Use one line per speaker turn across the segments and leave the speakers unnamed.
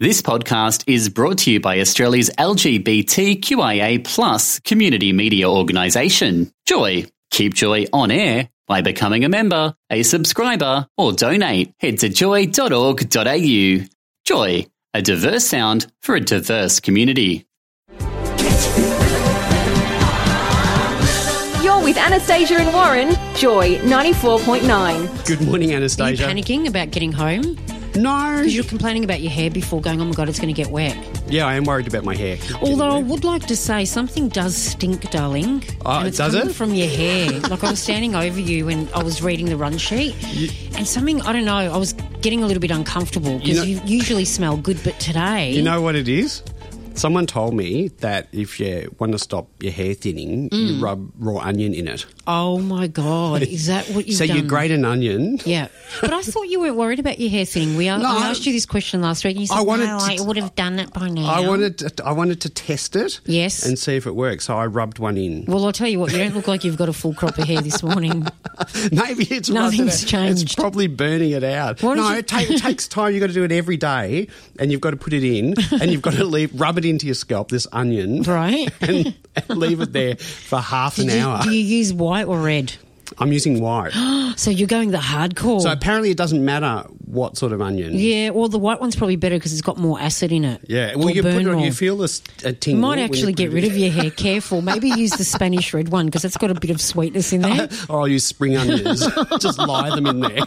This podcast is brought to you by Australia's LGBTQIA plus community media organisation, Joy. Keep Joy on air by becoming a member, a subscriber, or donate. Head to joy.org.au. Joy, a diverse sound for a diverse community.
You're with Anastasia and Warren, Joy 94.9.
Good morning,
Are you
Anastasia.
panicking about getting home?
no.
Because you're complaining about your hair before going, oh my God, it's going to get wet.
Yeah, I am worried about my hair.
Although I would like to say something does stink, darling.
Oh,
and it's
does
coming
it?
From your hair. like I was standing over you and I was reading the run sheet. And something, I don't know, I was getting a little bit uncomfortable
You know-
because you, usually smell good, but today.
You know what it is? Someone told me that if you want to stop your hair thinning,
Mm.
you rub raw onion in it.
oh my God, is that what you've
so
done?
you grate an onion.
Yeah, but I thought you weren't worried about your hair thinning. We are,
No, I-
I asked you this question last week, and you said
I
I,
wanted
no,
to-
I would have done it by now.
I wanted to, I wanted to test it.
Yes.
And see if it works. So I rubbed one in.
Well, I'll tell you what, you don't look like you've got a full crop of hair this morning.
Maybe it's
Nothing's
rubbed it out. It's
changed.
probably burning it out.
Why don't
no,
you-
it, ta- it takes time. You've got to do it every day, and you've got to put it in, and you've got to leave, rub it into your scalp. This onion,
Right.
and, and leave it there for half an
Did you-
hour.
do you use white or red?
I'm using white.
So you're going the hardcore.
So apparently, it doesn't matter what sort of onion.
yeah, well, the white one's probably better because it's got more acid in it.
Yeah. Well,
It'll
you put
burn
it on.
more.
You feel this uh,
You
tingle.
might
when you
actually
put
get
it
rid
in.
of your hair. Careful. Maybe use the Spanish red one because that's got a bit of sweetness in there.
Or I'll use Oh, spring onions. Just lie them in there.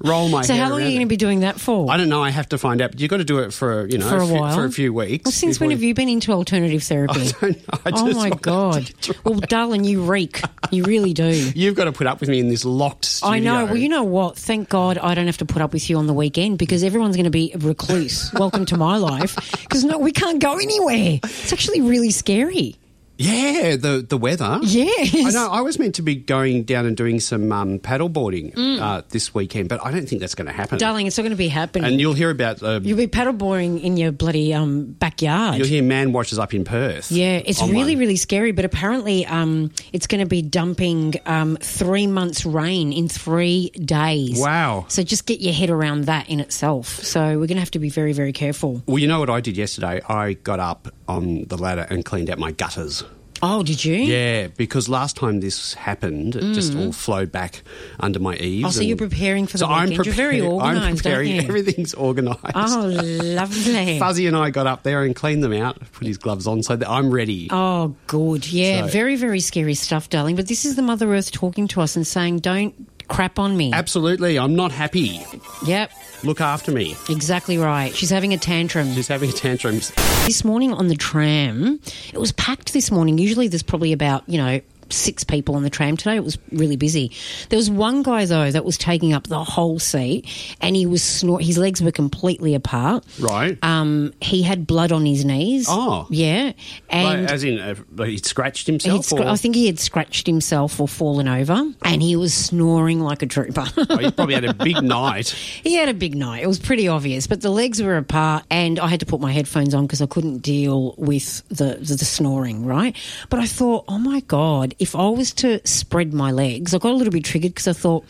Roll my
So
hair.
how long are
around
you going to
it.
be doing that for?
I don't know. I have to find out. But you've got to do it for you know
For a
few-
while?
for a few weeks.
well, since when
before-
have you been into alternative therapy?
don't know. I
oh
just
my
wanted
god!
to try.
Well, darling, you reek. You really do.
You've got to put up with me in this locked studio.
I know. Well, you know what? Thank God I don't have to put up with you on the weekend because everyone's going to be a recluse. Welcome to my life. Because no, we can't go anywhere. It's actually really scary.
Yeah, the the weather.
Yes.
I know. I was meant to be going down and doing some um, paddle boarding uh, this weekend, but I don't think that's going to happen.
Mm. Darling, it's not going to be happening.
And you'll hear about uh,
You'll be paddleboarding in your bloody um, backyard.
You'll hear man washes up in Perth.
yeah, it's
online.
really, really scary. But apparently, um, it's going to be dumping um, three months' rain in three days.
Wow.
So just get your head around that in itself. So we're going to have to be very, very careful.
Well, you know what I did yesterday? I got up on the ladder and cleaned out my gutters.
Oh, did you?
Yeah, because last time this happened, it just all flowed back under my eaves.
Mm. Oh, so
and-
you're preparing for the
so I'm
weekend. You're very
prepared- I'm
organised, aren't
preparing.
you?
Everything's organised.
Oh, lovely.
Fuzzy and I got up there and cleaned them out, put his gloves on, so that I'm ready.
Oh, good. Yeah,
So-
very, very scary stuff, darling. But this is the Mother Earth talking to us and saying, don't crap on me.
Absolutely, I'm not happy.
yep,
Look after me.
exactly right. She's having a tantrum.
She's having tantrums.
This morning on the tram, it was packed this morning. Usually there's probably about, you know, six people on the tram today. It was really busy. There was one guy, though, that was taking up the whole seat and he was snort. His legs were completely apart.
Right.
Um, he had blood on his knees.
Oh.
Yeah. And
Like, as in, uh, like he scratched himself?
He'd scr-
or-
I think he had scratched himself or fallen over, and he was snoring like a trooper.
Oh, he probably had a big night.
he had a big night. It was pretty obvious, but the legs were apart, and I had to put my headphones on because I couldn't deal with the, the the snoring. Right, but I thought, oh my god, if I was to spread my legs, I got a little bit triggered because I thought,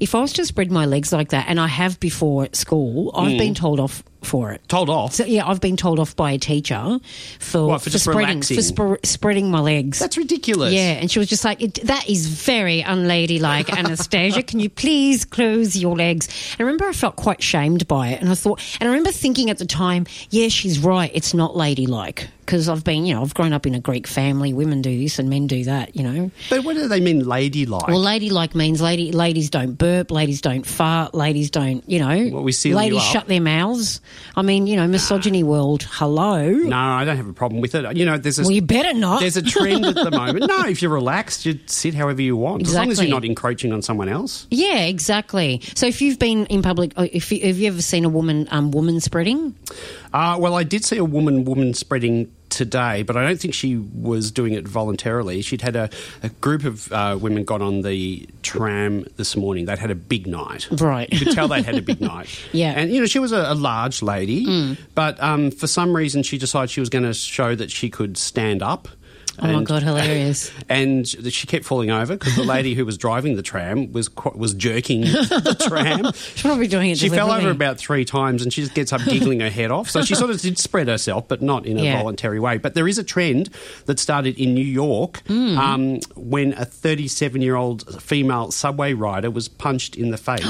if I was to spread my legs like that, and I have before at school, I've
Mm.
been told off for it.
Told off.
So, yeah, I've been told off by a teacher for
What, for just
spreading
relaxing?
for spre- spreading my legs.
That's ridiculous.
Yeah, and she was just like, it, "That is very unladylike, Anastasia. Can you please close your legs?" And I remember I felt quite shamed by it, and I thought, and I remember thinking at the time, "Yeah, she's right. It's not ladylike." Because I've been, you know, I've grown up in a Greek family. Women do this and men do that, you know.
But what do they mean ladylike?
Well, ladylike means lady, ladies don't burp, ladies don't fart, ladies don't, you know.
Well, we seal you
ladies
up.
shut their mouths. I mean, you know, misogyny world. Hello.
no, I don't have a problem with it. You know, there's a
Well, you better not.
there's a trend at the moment. No, if you're relaxed, you sit however you want, as long as you're
Exactly.
not encroaching on someone else.
Yeah, exactly. So if you've been in public, uh, if you, have you ever seen a woman um, woman spreading?
Uh, well, I did see a woman woman spreading today, but I don't think she was doing it voluntarily. She'd had a, a group of uh, women got on the tram this morning. They'd had a big night.
Right.
You could tell they'd had a big night.
Yeah. Hmm.
And, you know, she was a, a large lady, but um, for some reason she decided she was going to show that she could stand up.
Oh my
And-
god, hilarious!
and she she kept falling over because the lady who was driving the tram was qu- was jerking the tram.
She's probably doing it.
She fell over
deliberately.
about three times and she just gets up giggling her head off. So she sort of did spread herself, but not in a
Yeah.
voluntary way. But there is a trend that started in New York
Hmm.
um, when a 37 year old female subway rider was punched in the face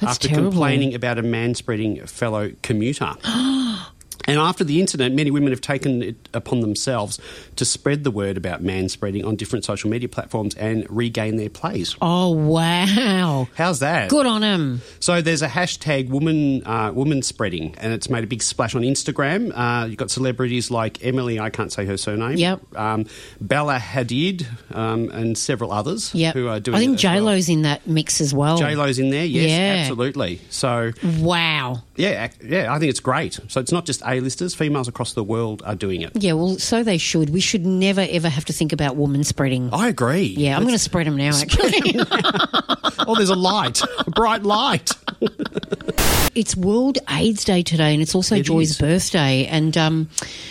after
terrible.
complaining about a man spreading fellow commuter. And after the incident, many women have taken it upon themselves to spread the word about manspreading on different social media platforms and regain their place.
Oh wow!
How's that?
Good on him.
So there's a hashtag woman uh, woman spreading, and it's made a big splash on Instagram. Uh, you've got celebrities like Emily, I can't say her surname.
Yep.
Um, Bella Hadid, um, and several others.
Yeah,
Who uh, are doing?
I think
it as
J Lo's in that mix as well.
Well. J Lo's in there. Yes.
Yeah.
Absolutely. So
Wow.
yeah, ac- yeah. I think it's great. So it's not just A listers. Females across the world are doing it.
Yeah, well, so they should. We should never ever have to think about woman spreading.
I agree.
yeah, I'm going to spread them now. Actually,
Oh, there's a light, a bright light.
it's World AIDS Day today, and it's also
It
Joy's
is.
birthday. And um,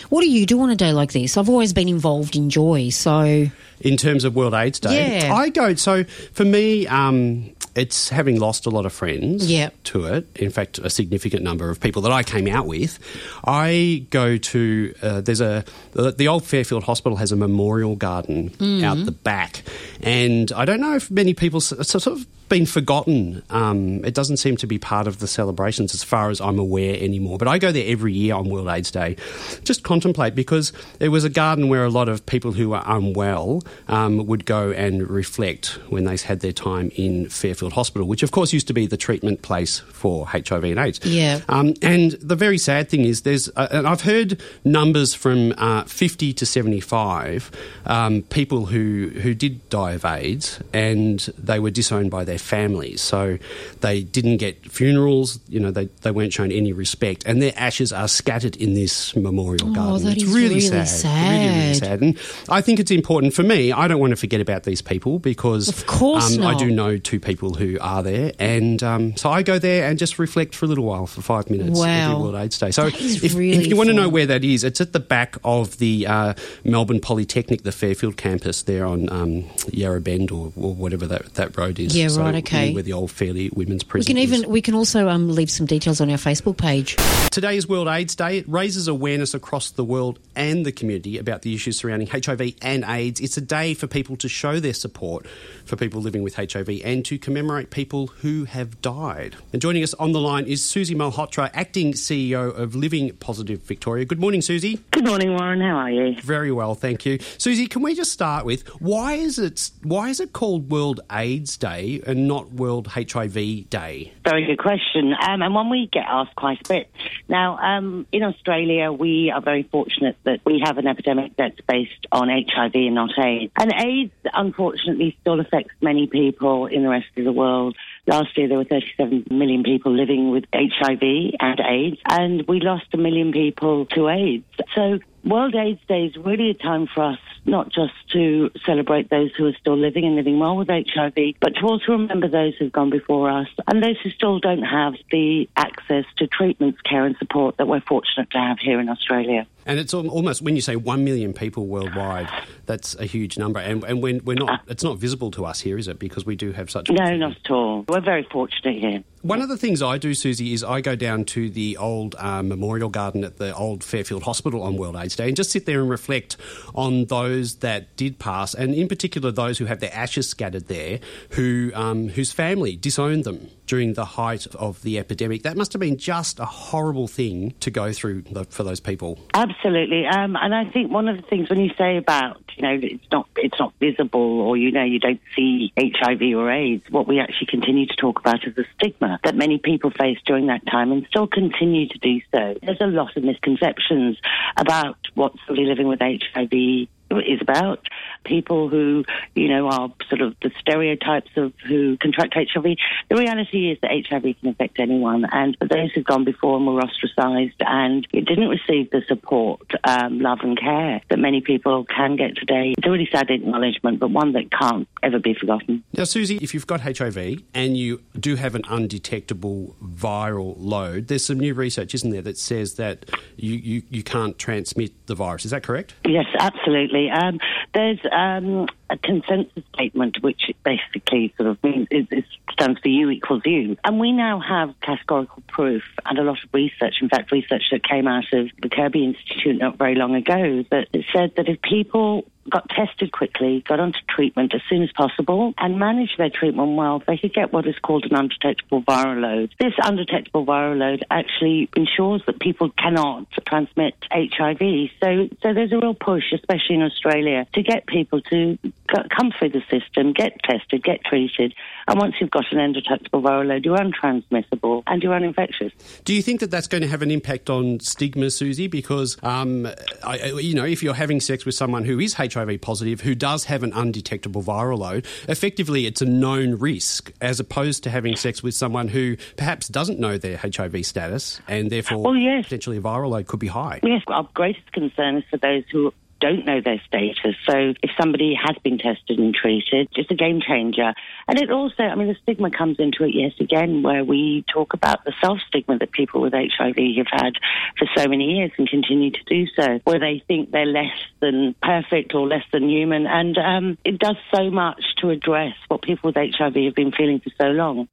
what do you do on a day like this? I've always been involved in Joy, so
in terms of World AIDS Day.
Yeah.
I go so for me, um, it's having lost a lot of friends
Yeah.
to it. In fact, a significant number of people that I came out with. I go to uh, there's a the, the old Fairfield Hospital has a memorial garden
Hmm.
out the back, and I don't know if many people s- it's sort of been forgotten. Um, it doesn't seem to be part of the celebrations as far as I'm aware anymore. But I go there every year on World AIDS Day, just contemplate because it was a garden where a lot of people who are unwell um, would go and reflect when they had their time in Fairfield Hospital, which of course used to be the treatment place for HIV and AIDS.
Yeah.
Um, and the very sad thing is, there's, uh, and I've heard numbers from uh, 50 to 75 um, people who, who did die of AIDS and they were disowned by their families. So they didn't get funerals, you know, they, they weren't shown any respect, and their ashes are scattered in this memorial garden.
Oh, that
it's
is
really,
really
sad. Really, really
sad.
sad. And I think it's important for me, I don't want to forget about these people because
Of course
um, I
not.
do know two people who are there, and um, so I go there and just reflect for a little while for five minutes every
Wow.
World AIDS Day. So
That is
if, if
really
you want to know
fun.
where that is, it's at the back of the uh, Melbourne Polytechnic, the Fairfield campus there on um, Yarra Bend or, or whatever that, that road is.
Yeah,
So
right,
near
okay.
Where the old Fairley Women's
we
Prison.
can
is.
even we can also um, leave some details on our Facebook page.
Today is World AIDS Day. It raises awareness across the world and the community about the issues surrounding HIV and AIDS. It's a day for people to show their support for people living with HIV and to commemorate people who have died. And joining us on the line is Susie Malhotra, acting CEO of Living Positive Victoria. Good morning, Susie.
Good morning, Warren. How are you?
Very well, thank you. Susie, can we just start with why is it why is it called World AIDS Day and not World HIV Day?
Very good question, um, and one we get asked quite a bit. Now, um, in Australia, we are very fortunate that we have an epidemic that's based on HIV and not AIDS. And AIDS, unfortunately, still affects many people in the rest of the world. Last year, there were 37 million people living with HIV and AIDS, and we lost a million people to AIDS. So World AIDS Day is really a time for us not just to celebrate those who are still living and living well with HIV, but to also remember those who've gone before us and those who still don't have the access to treatments, care, and support that we're fortunate to have here in Australia.
And it's al- almost when you say one million people worldwide, that's a huge number. And and when we're not, it's not visible to us here, is it? Because we do have such.
No, not at all. We're very fortunate here.
One of the things I do, Susie, is I go down to the old uh, memorial garden at the old Fairfield Hospital on World AIDS Day and just sit there and reflect on those that did pass, and in particular those who have their ashes scattered there, who um, whose family disowned them during the height of the epidemic. That must have been just a horrible thing to go through th- for those people.
Absolutely, um, and I think one of the things when you say about you know it's not it's not visible or you know you don't see HIV or AIDS, what we actually continue to talk about is the stigma that many people face during that time and still continue to do so. There's a lot of misconceptions about what somebody living with HIV is about people who you know are sort of the stereotypes of who contract HIV. The reality is that HIV can affect anyone, and for those who've gone before and were ostracised and it didn't receive the support, um, love, and care that many people can get today. It's a really sad acknowledgement, but one that can't ever be forgotten.
Now, Susie, if you've got HIV and you do have an undetectable viral load, there's some new research, isn't there, that says that you, you, you can't transmit the virus. Is that correct?
Yes, absolutely. Absolutely. Um, there's um, a consensus statement, which basically sort of means it, it stands for U equals U. And we now have categorical proof and a lot of research, in fact, research that came out of the Kirby Institute not very long ago, that said that if people got tested quickly, got onto treatment as soon as possible, and managed their treatment well, they could get what is called an undetectable viral load. This undetectable viral load actually ensures that people cannot transmit HIV. So, so there's a real push, especially in Australia, to get people to c- come through the system, get tested, get treated, and once you've got an undetectable viral load, you're untransmissible and you're uninfectious.
Do you think that that's going to have an impact on stigma, Susie? Because, um, I, I- you know, if you're having sex with someone who is HIV positive, who does have an undetectable viral load, effectively it's a known risk as opposed to having sex with someone who perhaps doesn't know their HIV status and therefore
Well, yes.
potentially a viral load could be high.
Yes, our greatest concern is for those who don't know their status. So if somebody has been tested and treated, it's a game changer. And it also, I mean, the stigma comes into it yes again, where we talk about the self stigma that people with HIV have had for so many years and continue to do so, where they think they're less than perfect or less than human. And um, it does so much to address what people with HIV have been feeling for so long.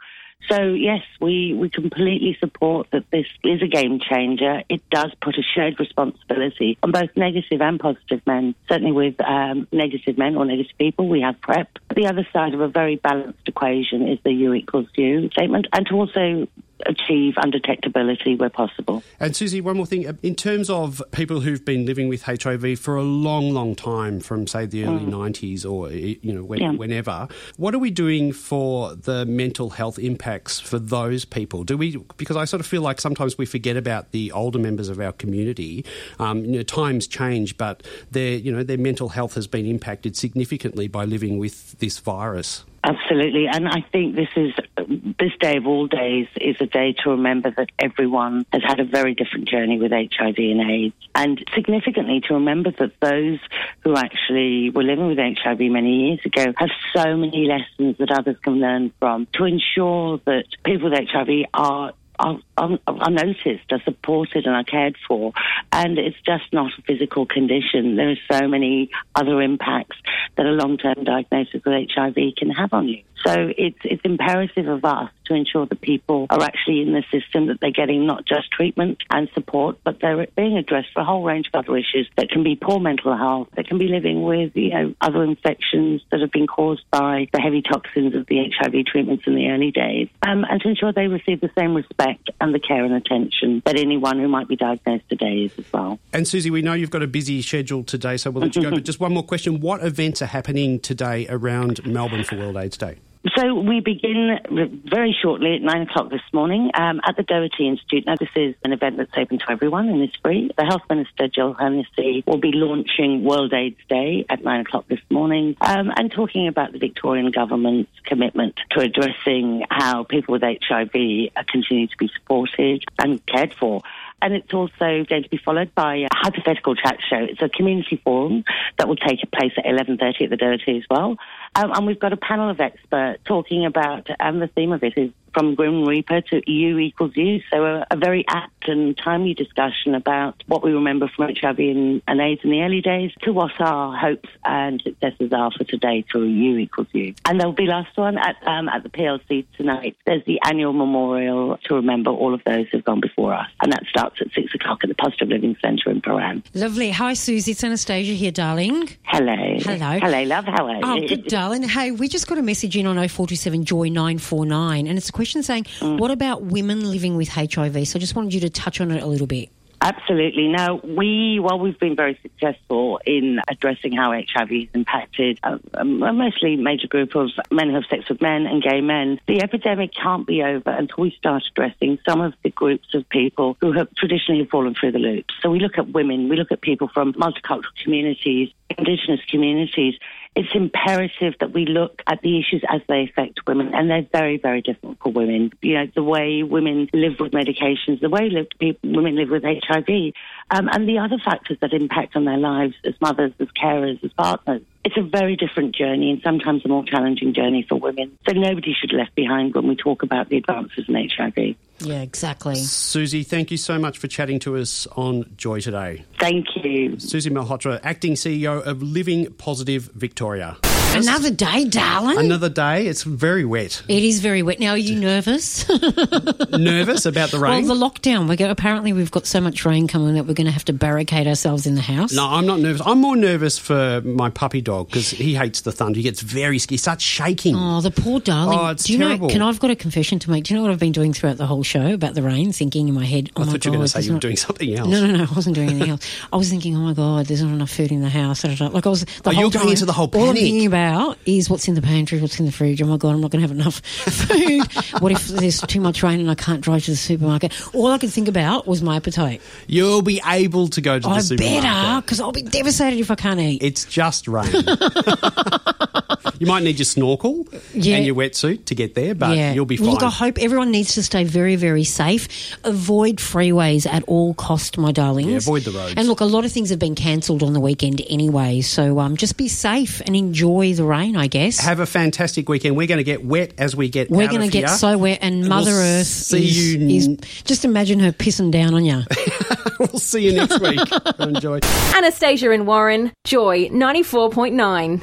So yes, we, we completely support that this is a game changer. It does put a shared responsibility on both negative and positive men. Certainly with um, negative men or negative people, we have PrEP. The other side of a very balanced equation is the U equals U statement and to also achieve undetectability where possible.
And Susie, one more thing. In terms of people who've been living with HIV for a long, long time, from say the early '90s or you know when,
Yeah.
whenever, what are we doing for the mental health impacts for those people? Do we? Because I sort of feel like sometimes we forget about the older members of our community. Um, you know, times change, but their you know their mental health has been impacted significantly by living with this virus.
Absolutely, and I think this is this day of all days is a day to remember that everyone has had a very different journey with HIV and AIDS, and significantly to remember that those who actually were living with HIV many years ago have so many lessons that others can learn from to ensure that people with HIV are are, are, are noticed, are supported, and are cared for. And it's just not a physical condition. There are so many other impacts that a long-term diagnosis with HIV can have on you. So it's it's imperative of us to ensure that people are actually in the system that they're getting not just treatment and support, but they're being addressed for a whole range of other issues that can be poor mental health, that can be living with you know other infections that have been caused by the heavy toxins of the HIV treatments in the early days, um, and to ensure they receive the same respect and the care and attention that anyone who might be diagnosed today is as well.
And Susie, we know you've got a busy schedule today, so we'll let you go. But just one more question: What events are happening today around Melbourne for World AIDS Day?
So we begin very shortly at nine o'clock this morning um, at the Doherty Institute. Now this is an event that's open to everyone and is free. The Health Minister Jill Hennessy will be launching World AIDS Day at nine o'clock this morning um, and talking about the Victorian government's commitment to addressing how people with HIV are continuing to be supported and cared for. And it's also going to be followed by a hypothetical chat show. It's a community forum that will take place at 11.30 at the Doherty as well. Um, and we've got a panel of experts talking about, and the theme of it is from Grim Reaper to EU equals you. So a, a very apt and timely discussion about what we remember from HIV and, and AIDS in the early days to what our hopes and successes are for today through EU equals you. And there'll be last one at, um, at the PLC tonight. There's the annual memorial to remember all of those who've gone before us. And that starts at six o'clock at the Positive Living Centre in Paran.
Lovely. Hi, Susie. It's Anastasia here, darling.
Hello.
Hello.
Hello, love. How are you?
Oh, good, darling. Hey, we just got a message in on 0427 Joy 949, and it's a question saying, What about women living with HIV? So I just wanted you to touch on it a little bit.
Absolutely. Now, we, while we've been very successful in addressing how HIV has impacted a, a mostly major group of men who have sex with men and gay men, the epidemic can't be over until we start addressing some of the groups of people who have traditionally fallen through the loop. So we look at women, we look at people from multicultural communities, indigenous communities. It's imperative that we look at the issues as they affect women, and they're very, very different for women. You know, the way women live with medications, the way live, peop women live with HIV, um, and the other factors that impact on their lives as mothers, as carers, as partners. It's a very different journey and sometimes a more challenging journey for women. So nobody should be left behind when we talk about the advances in HIV.
Yeah, exactly.
Susie, thank you so much for chatting to us on Joy Today.
Thank you.
Susie Malhotra, acting CEO of Living Positive Victoria.
Another day, darling.
Another day. It's very wet.
it is very wet. Now, are you nervous?
Nervous about the
well,
rain?
the lockdown. We go, apparently, we've got so much rain coming that we're going to have to barricade ourselves in the house.
no, I'm not nervous. I'm more nervous for my puppy dog because he hates the thunder. He gets very scared. He starts shaking.
Oh, the poor darling.
Oh, it's
Do you
terrible.
know? Can I've got a confession to make? Do you know what I've been doing throughout the whole show about the rain? Thinking in my head. Oh
I
my
thought
god,
you were going to say
there's
you were
not-
doing something else.
No, no, no. I wasn't doing anything else. I was thinking, oh my god, there's not enough food in the house. da, da, da. Like I was. The
Oh,
whole
you're going
time,
into the whole
All I'm
panic.
thinking about is what's in the pantry, what's in the fridge. Oh my god, I'm not going to have enough food. what if there's too much rain and I can't drive to the supermarket? All I could think about was my appetite.
You'll be able to go to the
I
supermarket.
better because I'll be devastated if I can't eat.
It's just rain. you might need your snorkel
Yeah.
and your wetsuit to get there, but you'll be fine.
Look, I hope everyone needs to stay very, very safe. Avoid freeways at all cost, my darlings.
Yeah, avoid the roads.
And look, a lot of things have been cancelled on the weekend anyway, so um, just be safe and enjoy the rain, I guess.
Have a fantastic weekend. We're going to get wet as we get.
We're
going to
get so wet, and Mother
we'll
Earth
see
is,
you-
is just imagine her pissing down on you.
We'll see you next week. Enjoy.
Anastasia and Warren, Joy 94.9.